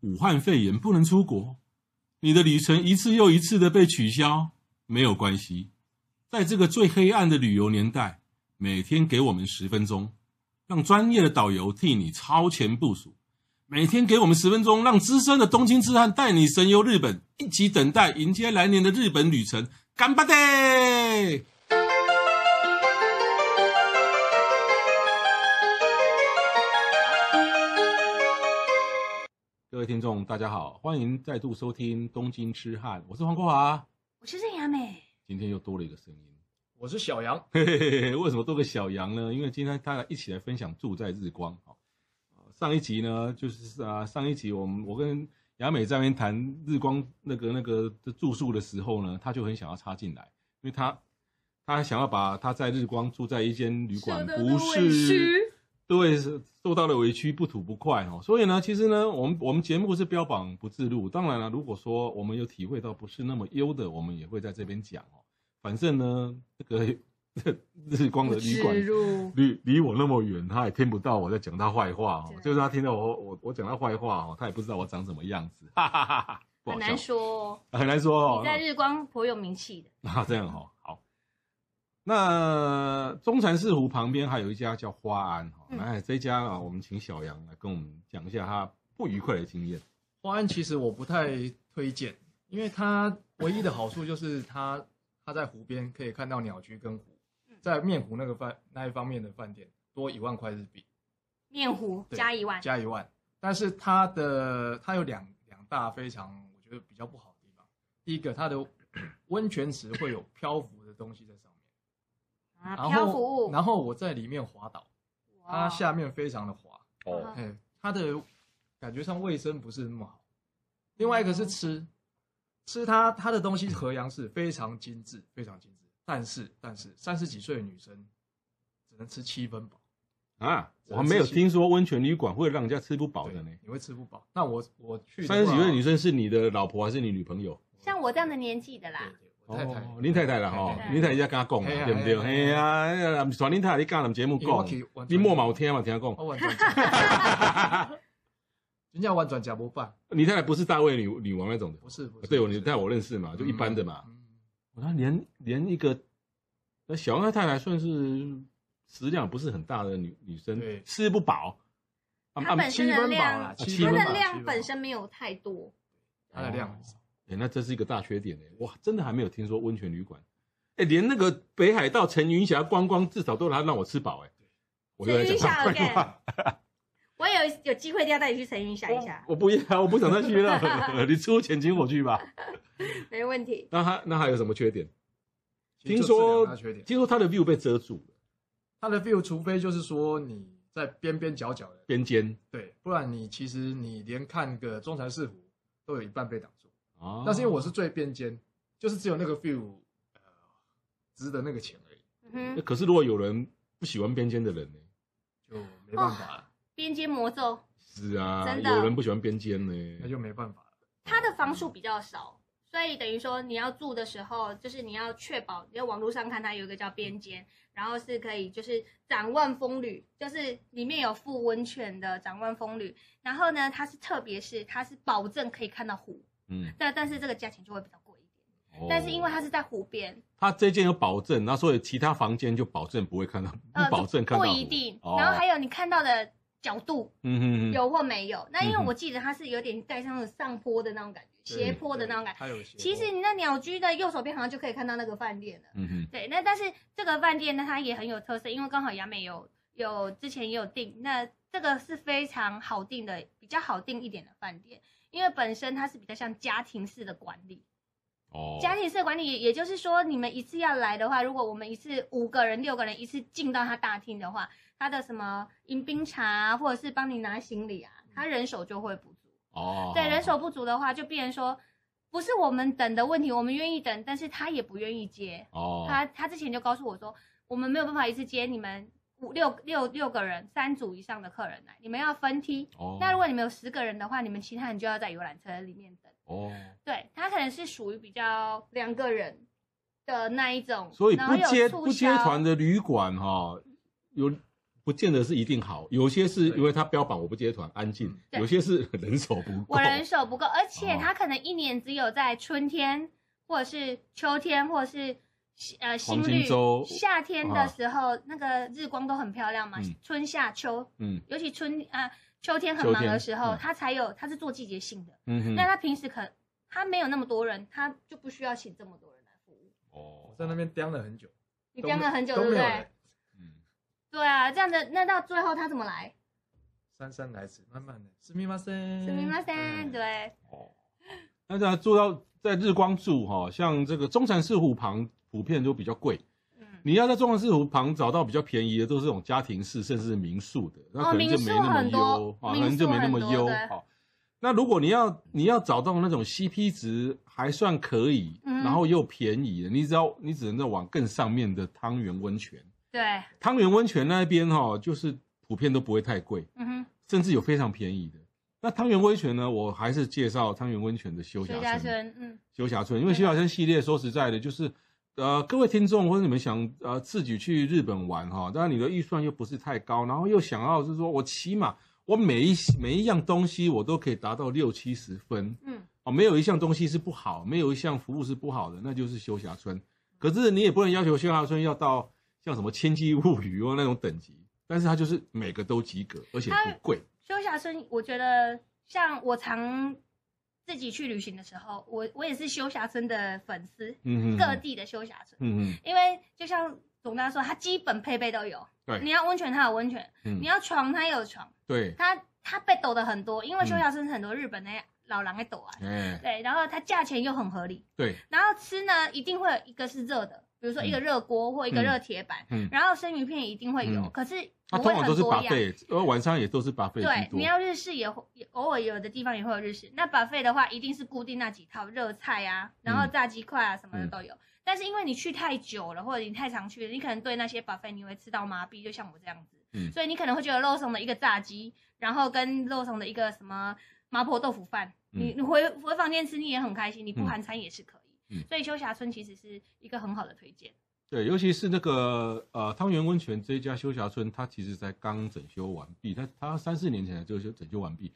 武汉肺炎不能出国，你的旅程一次又一次的被取消，没有关系。在这个最黑暗的旅游年代，每天给我们十分钟，让专业的导游替你超前部署；每天给我们十分钟，让资深的东京之汉带你神游日本，一起等待迎接来年的日本旅程。干巴爹！各位听众，大家好，欢迎再度收听《东京痴汉》，我是黄国华。我是欸任雅美，今天又多了一个声音，我是小杨，嘿嘿嘿，为什么多个小羊呢？因为今天大家一起来分享住在日光。好，呃上一集呢，就是啊，上一集我们我跟雅美在那边谈日光那个那个的住宿的时候呢，她就很想要插进来，因为她她想要把她在日光住在一间旅馆，不是对是受到了委屈，不吐不快哦。所以呢，其实呢，我们我们节目是标榜不自录，当然了，如果说我们有体会到不是那么优的，我们也会在这边讲哦。反正呢，这个日光不的旅植馆入，离离我那么远，他也听不到我在讲他坏话哦对。啊就是他听到我我我讲他坏话哦，他也不知道我长什么样子，哈哈哈哈，不好很难笑，说哦。很难说哦你。在日光颇有名气的，那这样哦，好。那中禅寺湖旁边还有一家叫花安哈，嗯那这家啊，我们请小杨来跟我们讲一下他不愉快的经验。花安其实我不太推荐，因为它唯一的好处就是它它在湖边可以看到鸟居跟湖，嗯在面湖那个饭那一方面的饭店多一万块日币面糊对加一万，加一万，但是它的它有两两大非常我觉得比较不好的地方，第一个 它的温泉池会有漂浮的东西在上面，啊，然漂浮后物，然后我在里面滑倒，它哇下面非常的滑，哦哎，它的感觉上卫生不是那么好。另外一个是吃，吃它它的东西和洋是非常精致，非常精致。但是但是三十几岁的女生只能吃七分饱，啊，我还没有听说温泉旅馆会让人家吃不饱的呢。你会吃不饱。那我我去的话三十几岁女，生是你的老婆还是你女朋友？像我这样的年纪的啊对啦，对，我太太，哦林太太啦吼对对，对林太太在跟他讲嘛嘿啊对不对？嘿嘿啊，那个传林太太你跟咱们节目因为我讲，去玩你莫嘛有听嘛听讲我。玩转家， 人家玩转家不办，你太太不是大卫女女王那种不的，是不是。对，我不你是太太我认识嘛，就一般的嘛。嗯嗯他连连一个，那小恩太太算是食量不是很大的女女生对，吃不饱。啊她啊本身七的分饱量啦，，七七它分分的饱量本，身没有太多，它的量很少。哎、那这是一个大缺点哎、哇，真的还没有听说温泉旅馆，哎、连那个北海道陈云霞观光至少都来让我吃饱哎、我又在讲陈云霞废话我有有机会一定要带你去陈云想一下，哦我不要，我不想再去了， 你出钱请我去吧。哦没问题。那还那还有什么缺点？其实听就这两说大缺点，听说他的 view 被遮住了，它的 view 除非就是说你在边边角角的边间对，不然你其实你连看个中禅寺湖都有一半被挡住。啊但是因为我是最边间，就是只有那个 view，呃，值得那个钱而已，嗯哼，可是如果有人不喜欢边间的人呢？就没办法哦了，边间魔咒，是啊，真的有人不喜欢边间那呢。就没办法了。它的房数比较少，所以等于说你要住的时候，就是你要确保，你在网络上看它有一个叫边间，然后是可以就是展望风旅，就是里面有附温泉的展望风旅，然后呢，它是特别是它是保证可以看到湖，嗯，但但是这个价钱就会比较贵一点，哦 但是因为它是在湖边，他这间有保证，那所以其他房间就保证不会看到，呃不保证看不到一定，哦然后还有你看到的角度嗯嗯嗯，有或没有，那因为嗯哼我记得它是有点带上那种上坡的那种感觉，对斜坡的那种感觉。，它有斜坡。其实你那鸟居的右手边好像就可以看到那个饭店了。嗯哼，对，那但是这个饭店呢，它也很有特色，因为刚好雅美有有之前也有订，那这个是非常好订的，比较好订一点的饭店，因为本身它是比较像家庭式的管理。哦，家庭式的管理，也就是说，你们一次要来的话，如果我们一次五个人、六个人一次进到他大厅的话，他的什么迎宾茶啊，或者是帮你拿行李啊，他人手就会不足。哦，对，人手不足的话，就变成说，不是我们等的问题，我们愿意等，但是他也不愿意接。哦，他他之前就告诉我说，我们没有办法一次接你们五六六六个人三组以上的客人来，你们要分梯。哦，那如果你们有十个人的话，你们其他人就要在游览车里面等。哦，对他可能是属于比较两个人的那一种，所以然不后有接促不接销团的旅馆哈，有不见得是一定好，有些是对因为它标榜我不接团安静，嗯对有些是 人手不够我。人手不够，而且哦它可能一年只有在春天，或者是秋天，或者是呃新黄金绿周夏天啊的时候，那个日光都很漂亮嘛，嗯春夏秋，嗯尤其春啊、秋天很秋忙的天时候，嗯它才有，它是做季节性的。嗯哼那、它平时可它没有那么多人，它就不需要请这么多人来服务。哦我在那边盯了很久，你都僵没了很久，都对不没有对人？嗯对啊，这样的那到最后他怎么来？姗姗来迟，慢慢的，すみません，すみませ嗯ん，对，哦，那这样住到在日光住哈、像这个中禅寺湖旁普遍都比较贵，嗯，你要在中禅寺湖旁找到比较便宜的，都是这种家庭式甚至是民宿的，那哦可能就民宿没那么很优多啊，可民能就宿没那很么多优对好，那如果你要你要找到那种 CP 值还算可以，嗯然后又便宜的，你只要你只能再往更上面的汤圆温泉，对，汤圆温泉那边哈、就是普遍都不会太贵，嗯甚至有非常便宜的。那汤圆温泉呢，我还是介绍汤圆温泉的休哼，霞薛村家。村，嗯，休霞村，因为对休霞村系列，说实在的，就是呃，各位听众或者你们想呃自己去日本玩哈，但是你的预算又不是太高，然后又想要就是说我起码我每一每一样东西我都可以达到六七十分嗯，哦，没有一项东西是不好，没有一项服务是不好的，那就是休霞村。可是你也不能要求休霞村要到像什么《千机物语》哦那种等级，但是它就是每个都及格，而且它不贵。休霞村，我觉得像我常自己去旅行的时候，我我也是休霞村的粉丝，嗯各地的休霞村，嗯嗯因为就像总大说，它基本配备都有，对你要温泉它有温泉，嗯你，要床它有床，对，它它被抖的很多，因为嗯休霞村很多日本的老狼在抖啊，哎，对，然后它价钱又很合理，对，然后吃呢，一定会有一个是热的，比如说一个热锅或一个热铁板，嗯。然后生鱼片一定会有，嗯可是它不通会常都很是多把样。费，呃，晚上也都是把费对居，多。你要日式也会，也偶尔有的地方也会有日式。那把费的话，一定是固定那几套热菜啊，然嗯后炸鸡块啊什么的都有。但是因为你去太久了，或者你太常去了，你可能对那些把费你会吃到麻痹，就像我这样子。嗯所以你可能会觉得肉松的一个炸鸡，然后跟肉松的一个什么麻婆豆腐饭，你你回回房间吃你也很开心，你不嗯含餐也是可以。嗯所以休霞村其实是一个很好的推荐。对，尤其是那个呃汤圆温泉这一家休霞村，它其实才刚整修完毕，它它三四年前才就修整修完毕。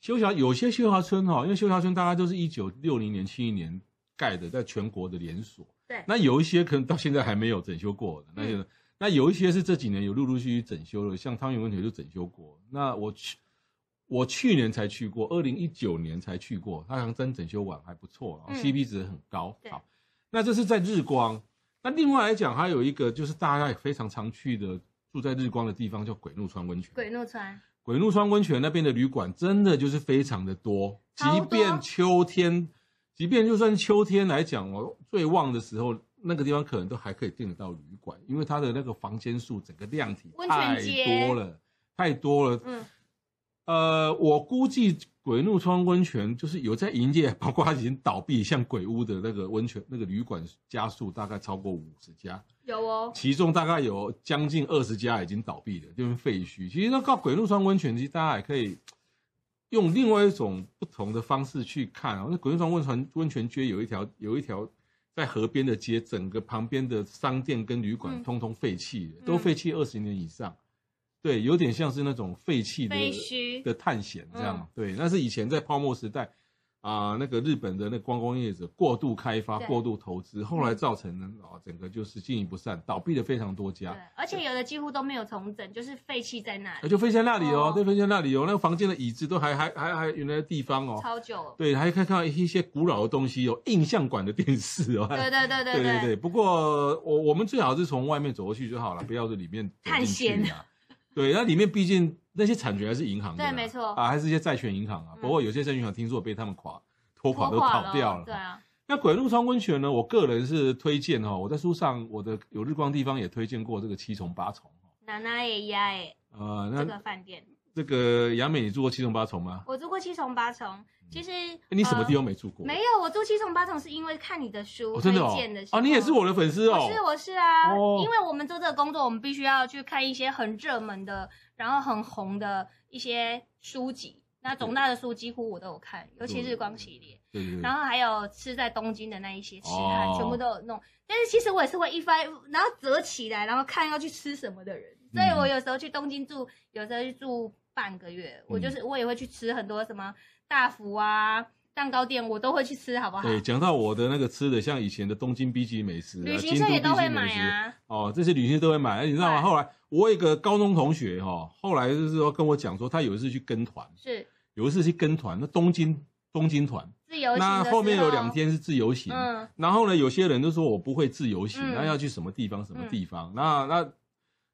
休霞有些休霞村哈、哦，因为休霞村大概都是一九六零年、七一年盖的，在全国的连锁。对嗯那有一些可能到现在还没有整修过的，那就、那有一些是这几年有陆陆续续整修了，像汤圆温泉就整修过。那我去我去年才去过，二零一九年才去过，它好像真整修完还不错，然后嗯 CP 值很高。对好，那这是在日光。那另外来讲，还有一个就是大家也非常常去的，住在日光的地方叫鬼怒川温泉。鬼怒川，鬼怒川温泉那边的旅馆真的就是非常的多，即超多便秋天，即便就算秋天来讲哦，最旺的时候，那个地方可能都还可以订得到旅馆，因为它的那个房间数整个量体温太泉街多了，太多了。嗯，呃，我估计鬼怒川温泉就是有在营业，包括它已经倒闭像鬼屋的那个温泉那个旅馆家数大概超过五十家。有哦，其中大概有将近二十家已经倒闭了，就是废墟。其实那到鬼怒川温泉，其实大家也可以用另外一种不同的方式去看啊。那鬼怒川温泉温泉街有一条有一条在河边的街，整个旁边的商店跟旅馆嗯通通废弃了，嗯都废弃二十年以上。对，有点像是那种废弃的废墟的探险嗯这样。对，那是以前在泡沫时代。啊、那个日本的那观光业者过度开发、对嗯过度投资，后来造成呢啊、整个就是经营不善，倒闭了非常多对家，，而且有的几乎都没有重整，就是废弃在那呃里，就飞在那里哦，哦对，飞在那里哦，那个房间的椅子都还还还还原来的地方哦，超久。对，还可以看到一些古老的东西哦，印象馆的电视哦，对对对对对对对，不过我我们最好是从外面走过去就好了， 不要是里面走进去探啊。 对，那里面毕竟那些产权还是银行的啦，对没错啊，还是一些债权银行啊。嗯不过有些债权银行听说被他们垮拖垮都拖垮跑掉对啊，那鬼怒川温泉呢，我个人是推荐哈、哦，我在书上我的有日光地方也推荐过这个七重八重哦。奶奶也压哎，呃，这个那饭店这个杨美，你住过七重八重吗？我住过七重八重，其实嗯哎诶你什么地方？方没住过？没有，我住七重八重是因为看你的书哦，真推的哦荐的时。候啊，你也是我的粉丝哦我。是我是啊，哦因为我们做这个工作，我们必须要去看一些很热门的，然后很红的一些书籍。那总大的书几乎我都有看，尤其日光系列，对对对然。后还有吃在东京的那一些吃汉，哦全部都有弄。但是其实我也是会一翻，然后折起来，然后看要去吃什么的人，所以我有时候去东京住，有时候去住半个月，嗯我就是我也会去吃很多什么大福啊、蛋糕店，我都会去吃，好不好？对，讲到我的那个吃的，像以前的东京 B 级美食、啊，旅行京社都也都 B 级会美买食啊，哦，这些旅行社都会买，你知道吗？对后来我有一个高中同学哈、哦，后来就是说跟我讲说，他有一次去跟团，是有一次去跟团，那东京东京团，自由行的那时后面有候两，天是自由行，嗯，然后呢，有些人都说我不会自由行，嗯那要去什么地方什么地方？那那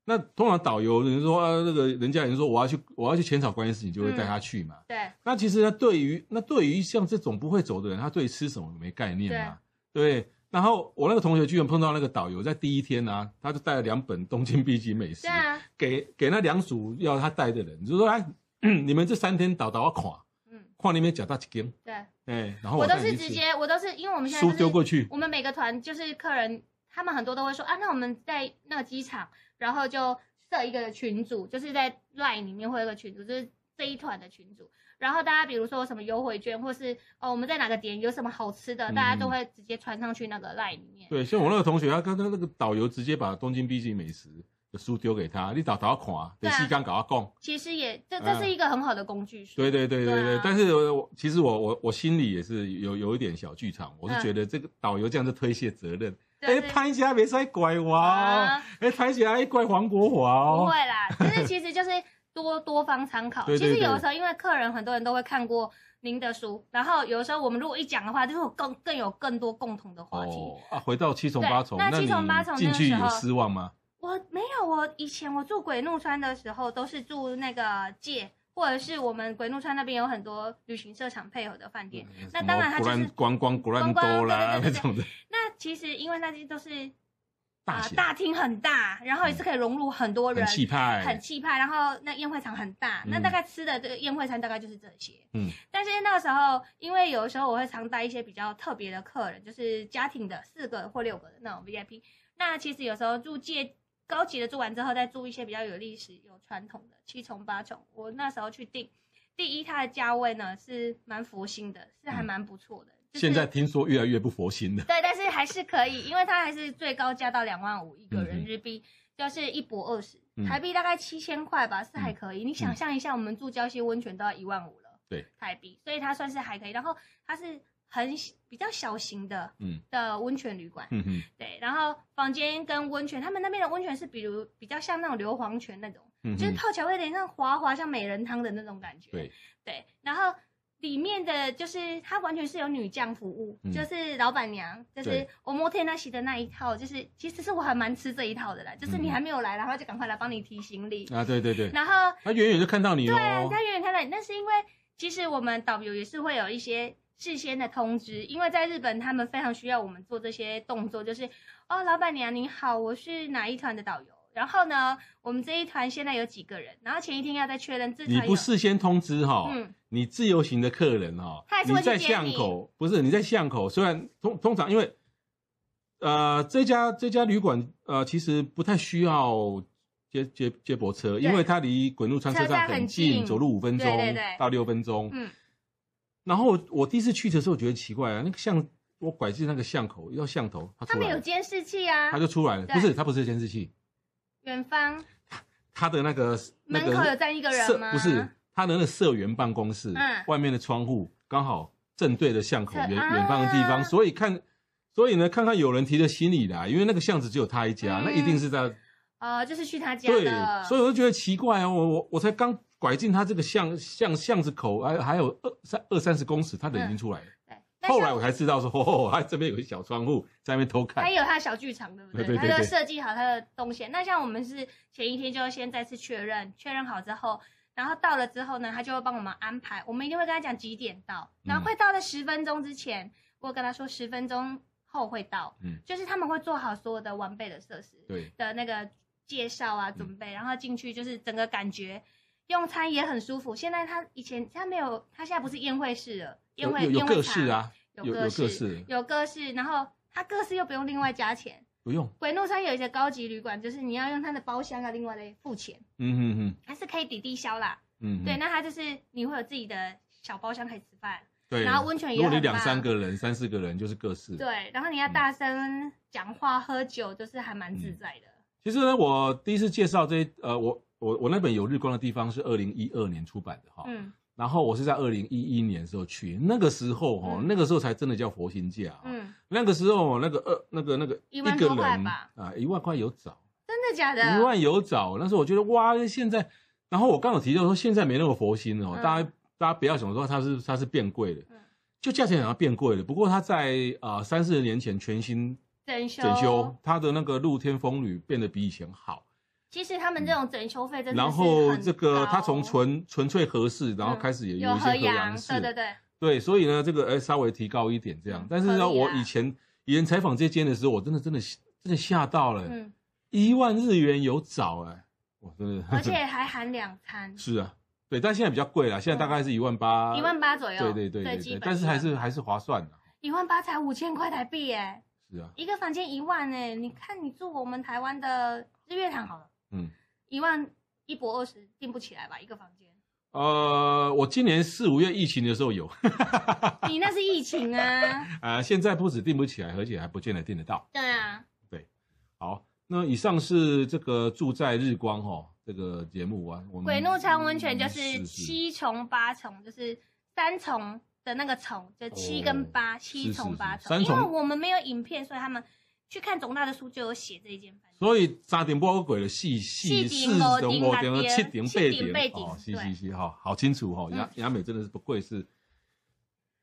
那通常导游人说啊，那个人家人说我要去我要去浅草观音寺，你就会带嗯他去嘛。对，那其实呢，对于那对于像这种不会走的人，他对吃什么没概念嘛，对。然后我那个同学居然碰到那个导游，在第一天呢、啊，他就带了两本东京 B 级美食对啊，给给那两组要他带的人，就说来， 你们这三天导导要看，嗯，看你们讲到几根，对，哎，然后我都带你是去直吃接，我都是因为我们现在书就是丢过去，我们每个团就是客人，他们很多都会说啊，那我们在那个机场，然后就设一个群组，就是在 LINE 里面会有一个群组，就是这一团的群组。然后大家比如说什么优惠券，或是哦我们在哪个点有什么好吃的，嗯大家都会直接传上去那个 LINE 里面。对，像我那个同学，他跟他那个导游直接把东京 B 级美食的书丢给他，你导导看，得对啊西冈搞他供。其实也这嗯这是一个很好的工具书。对对对对对对，啊但是我我其实我我我心里也是有有一点小剧场，我是嗯觉得这个导游这样是推卸责任。对哎，对潘家别再拐我哦，啊，哎，潘家还怪黄国华不哦会，啦，就是其实就是多多方参 考。对对其实有对的时候，因为客人很多人都会看过您的书，然后有的时候我们如果一讲的话，就是更更有更多共同的话题。哦啊，回到七重对八重，那那七重八重你那进去个时有候失望吗？我没有，我以前我住鬼怒川的时候，都是住那个界，或者是我们鬼怒川那边有很多旅行社场配合的饭店。那呃什当么然它古就是兰观光、古兰观光多啦对那对对对种的那其实因为那些都是大呃型，大厅很大，然后也是可以融入很多人，很气很派，气派，然后那宴会场很大，嗯那大概吃的这个宴会餐大概就是这些。嗯，但是那个时候，因为有的时候我会常带一些比较特别的客人，就是家庭的四个或六个的那种 VIP。那其实有时候住借高级的住完之后，再住一些比较有历史、有传统的七重八重。我那时候去订，第一它的价位呢是蛮佛心的，是还蛮不错的。嗯就是现在听说越来越不佛心了。对，但是还是可以，因为它还是最高价到两万五一个嗯人日币，就是一博二十嗯，台币大概七千块吧，是还可以。你想象一下，我们住礁溪温泉都要一万五了，对，台币，所以它算是还可以。然后它是很小比较小型的，嗯的温泉旅馆，嗯哼对。然后房间跟温泉，他们那边的温泉是比如比较像那种硫磺泉那种，嗯哼，就是泡起来会有点像滑滑，像美人汤的那种感觉，对，对，然后里面的就是它完全是有女将服务，嗯就是老板娘，就是对 o m o t e n a s 的那一套，就是其实是我还蛮吃这一套的啦，就是你嗯还没有来，然后就赶快来帮你提行李，啊，对对哦对，然后他远远就看到你对啊喽。他远远看到你，那是因为其实我们导游也是会有一些。事先的通知，因为在日本他们非常需要我们做这些动作，就是哦，老板娘您好，我是哪一团的导游，然后呢，我们这一团现在有几个人，然后前一天要再确认这团你有不哦事先通知哈、嗯你自由行的客人哈、他还是你会去接在你巷口不是你在巷口，虽然通通常因为呃这家这家旅馆呃其实不太需要接接接驳车，因为它离滚路川车车站站很很近，近走路五分钟对对对到六分钟。嗯然后我我第一次去的时候觉得奇怪啊，那个巷我拐进那个巷口，一到巷头，他他出们来有了，监视器啊他，就出来了，对不是他不是监视器，远方他的那个那门个口有站一个社人吗？不是，他的那个社员办公室，嗯外面的窗户刚好正对着巷口是远啊远方的地方，所以看，所以呢，看看有人提着行李来，因为那个巷子只有他一家，嗯那一定是在哦，就是去他家对，的，所以我就觉得奇怪啊，我我我才刚拐进他这个巷巷巷子口，还还有二三二三十公尺，他人已经出来了。对。那后像来我才知道说， 哦，他这边有个小窗户，在那边偷看他。也有他的小剧场，对不对对对？对他对就设计好他的动线。那像我们是前一天就要先再次确认，确认好之后，然后到了之后呢，他就会帮我们安排。我们一定会跟他讲几点到，嗯然后会到在十分钟之前，我跟他说十分钟后会到。嗯就是他们会做好所有的完备的设施。对，的那个介绍嗯啊，准备，然后进去就是整个感觉用餐也很舒服。现在他以前他没有，他现在不是宴会室了，宴有会有有宴会各茶式，啊，有有各各式，式，有各式，然后他各式又不用另外加钱。不用。鬼怒川有一些高级旅馆，就是你要用他的包厢啊，另外的付钱，嗯哼哼，还是可以抵抵消啦。嗯哼，对，那他就是你会有自己的小包厢可以吃饭，对。然后温泉也如果你很两棒三个人、三四个人，就是各式。对，然后你要大声讲话、喝酒，就是还蛮自嗯在的。其实呢，我第一次介绍这呃，我我我那本有日光的地方是二零一二年出版的哈，嗯然后我是在二零一一年的时候去，那个时候哈、嗯那个时候才真的叫佛心价、啊，嗯，那个时候那个呃那个那个一万个多块人吧啊啊一万块有找，真的假的？一万有找，那时候我觉得哇现在，然后我刚有提到说现在没那么佛心了哦，嗯大家大家不要想说它是它是变贵了嗯，就价钱好像变贵了，不过它在啊三四十年前全新整修整修，它的那个露天风吕变得比以前好。其实他们这种整修费真的是然后很这个高嗯它从纯纯粹合适，然后开始也有有一些合合洋式，对对对，对所以呢，这个哎稍微提高一点这样嗯。但是呢，合理啊我以前以前采访这间的时候，我真的真的真的吓到了， 嗯，一万日元有找哎，我真的，，而且还含两餐 是啊，对，但现在比较贵了，现在大概是一万八，一万八左右，啊对，对对最对基对，本但是还是18000还是划算的，一万八才五千块台币耶，是啊，一个房间一万哎，你看你住我们台湾的日月潭好了，嗯。一万一博二十订不起来吧，一个房间。呃，我今年四五月疫情的时候有， 你那是疫情啊，啊，现在不止订不起来，而且还不见得订得到。对啊，好，那以上是这个住在日光哈、这个节目啊，我们鬼怒川温泉就嗯是是七重八重，就是三重的那个重，就七跟八，七重八哦是是重。是因三为重我们没有影片，所以他们去看总大的书就有写这一间 饭店。所以三点半鬼的四四四四点点五五点点六七点八七点八点点哦，是对是是哈，好清楚哈、哦，嗯雅雅美真的是不愧是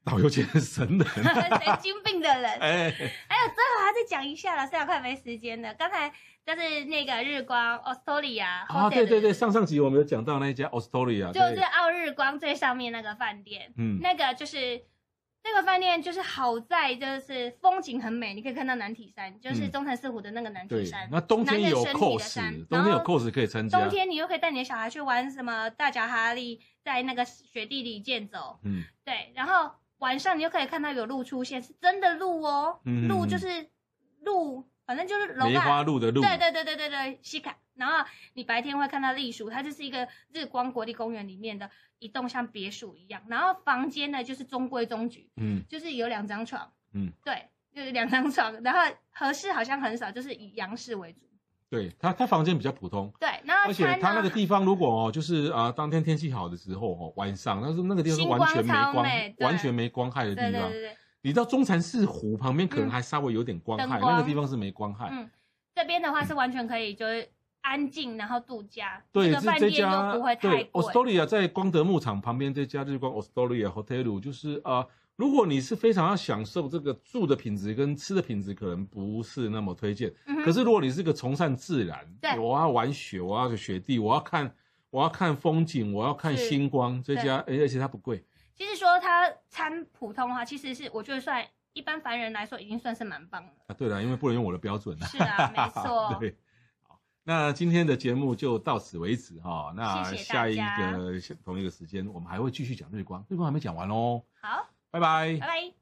导游界的神 人，神经病的人。 哎，还有最后还要再讲一下了，虽然快没时间了。刚才就是那个日光哦 Ostoria，啊，对对对，，上上集我们有讲到那一家 Ostoria，就是对奥日光最上面那个饭店，嗯，那个就是那个饭店就是好在就是风景很美，你可以看到南体山，就是嗯中城四湖的那个南体对山，。那冬天有男人身体的 cos，山冬天有然后 cos 可以参加冬，天你又可以带你的小孩去玩什么大脚哈利，在那个雪地里健走，嗯，对，然后晚上你又可以看到有鹿出现，是真的鹿哦，嗯鹿嗯嗯就是鹿，反正就是龙梅花啊，鹿的鹿，对对对对对对，西卡。然后你白天会看到栗树，它就是一个日光国立公园里面的一栋像别墅一样，然后房间呢就是中规中矩，嗯就是有两张床，嗯，对，就是两张床， 然后合适好像很少，就是以洋式为主，对，他他房间比较普通。对，然后而且餐它那个呢，地方如果哦，就是啊、呃当天天气好的时候哦，晚上，但是那个地方是完全没星光超光美，对完全没光害的对地对对方。对，你到中禅寺湖旁边，可能还稍微有点光嗯害，灯光那个地方是没光害。嗯这边的话是完全可以就是安静，然后度假，对，这个是饭这店家又不会太对贵， Ostoria 在光德牧场旁边这家日光 Ostoria Hotel，就是啊、呃如果你是非常要享受这个住的品质跟吃的品质，可能不是那么推荐。嗯哼可是如果你是个崇尚自然，对我要玩雪，我要雪地，我要看我要看风景，我要看是星光，这对家而而且它不贵。其实说它餐普通话，其实是我觉得算一般凡人来说已经算是蛮棒了。啊，对了，因为不能用我的标准啊。是啊，没错。 对，好，那今天的节目就到此为止哈、那谢谢下大一家个下同一个时间，我们还会继续讲日光，日光还没讲完哦，好，拜拜拜拜。